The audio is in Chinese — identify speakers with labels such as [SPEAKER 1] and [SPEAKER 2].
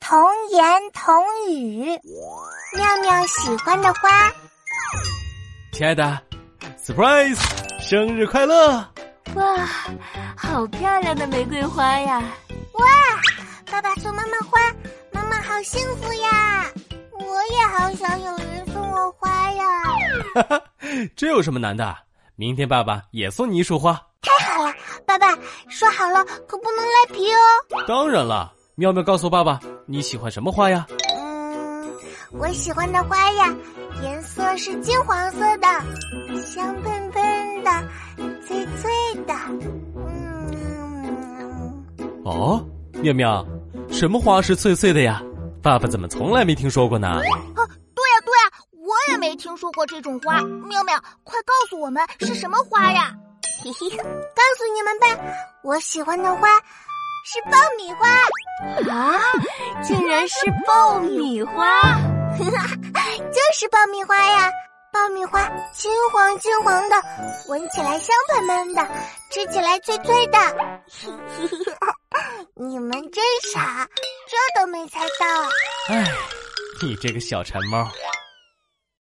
[SPEAKER 1] 童言童语，妙妙喜欢的花。
[SPEAKER 2] 亲爱的，surprise，生日快乐！
[SPEAKER 3] 哇，好漂亮的玫瑰花呀！
[SPEAKER 1] 哇，爸爸送妈妈花，妈妈好幸福呀！我也好想有人送我花呀！
[SPEAKER 2] 哈哈，这有什么难的？明天爸爸也送你一束花。
[SPEAKER 1] 太好了，爸爸说好了，可不能赖皮哦。
[SPEAKER 2] 当然了，妙妙告诉爸爸你喜欢什么花呀？
[SPEAKER 1] 嗯，我喜欢的花呀，颜色是金黄色的，香喷喷的，脆脆的。嗯，
[SPEAKER 2] 哦，妙妙，什么花是脆脆的呀？爸爸怎么从来没听说过呢？
[SPEAKER 4] 哦，对呀、对呀、我也没听说过这种花。妙妙，快告诉我们是什么花呀？嘿嘿，
[SPEAKER 1] 告诉你们吧，我喜欢的花是爆米花。
[SPEAKER 3] 啊，竟然是爆米 花！
[SPEAKER 1] 就是爆米花呀！爆米花金黄金黄的，闻起来香喷喷的，吃起来脆脆 的。你们真傻，这都没猜到。啊
[SPEAKER 2] 哎，你这个小馋猫。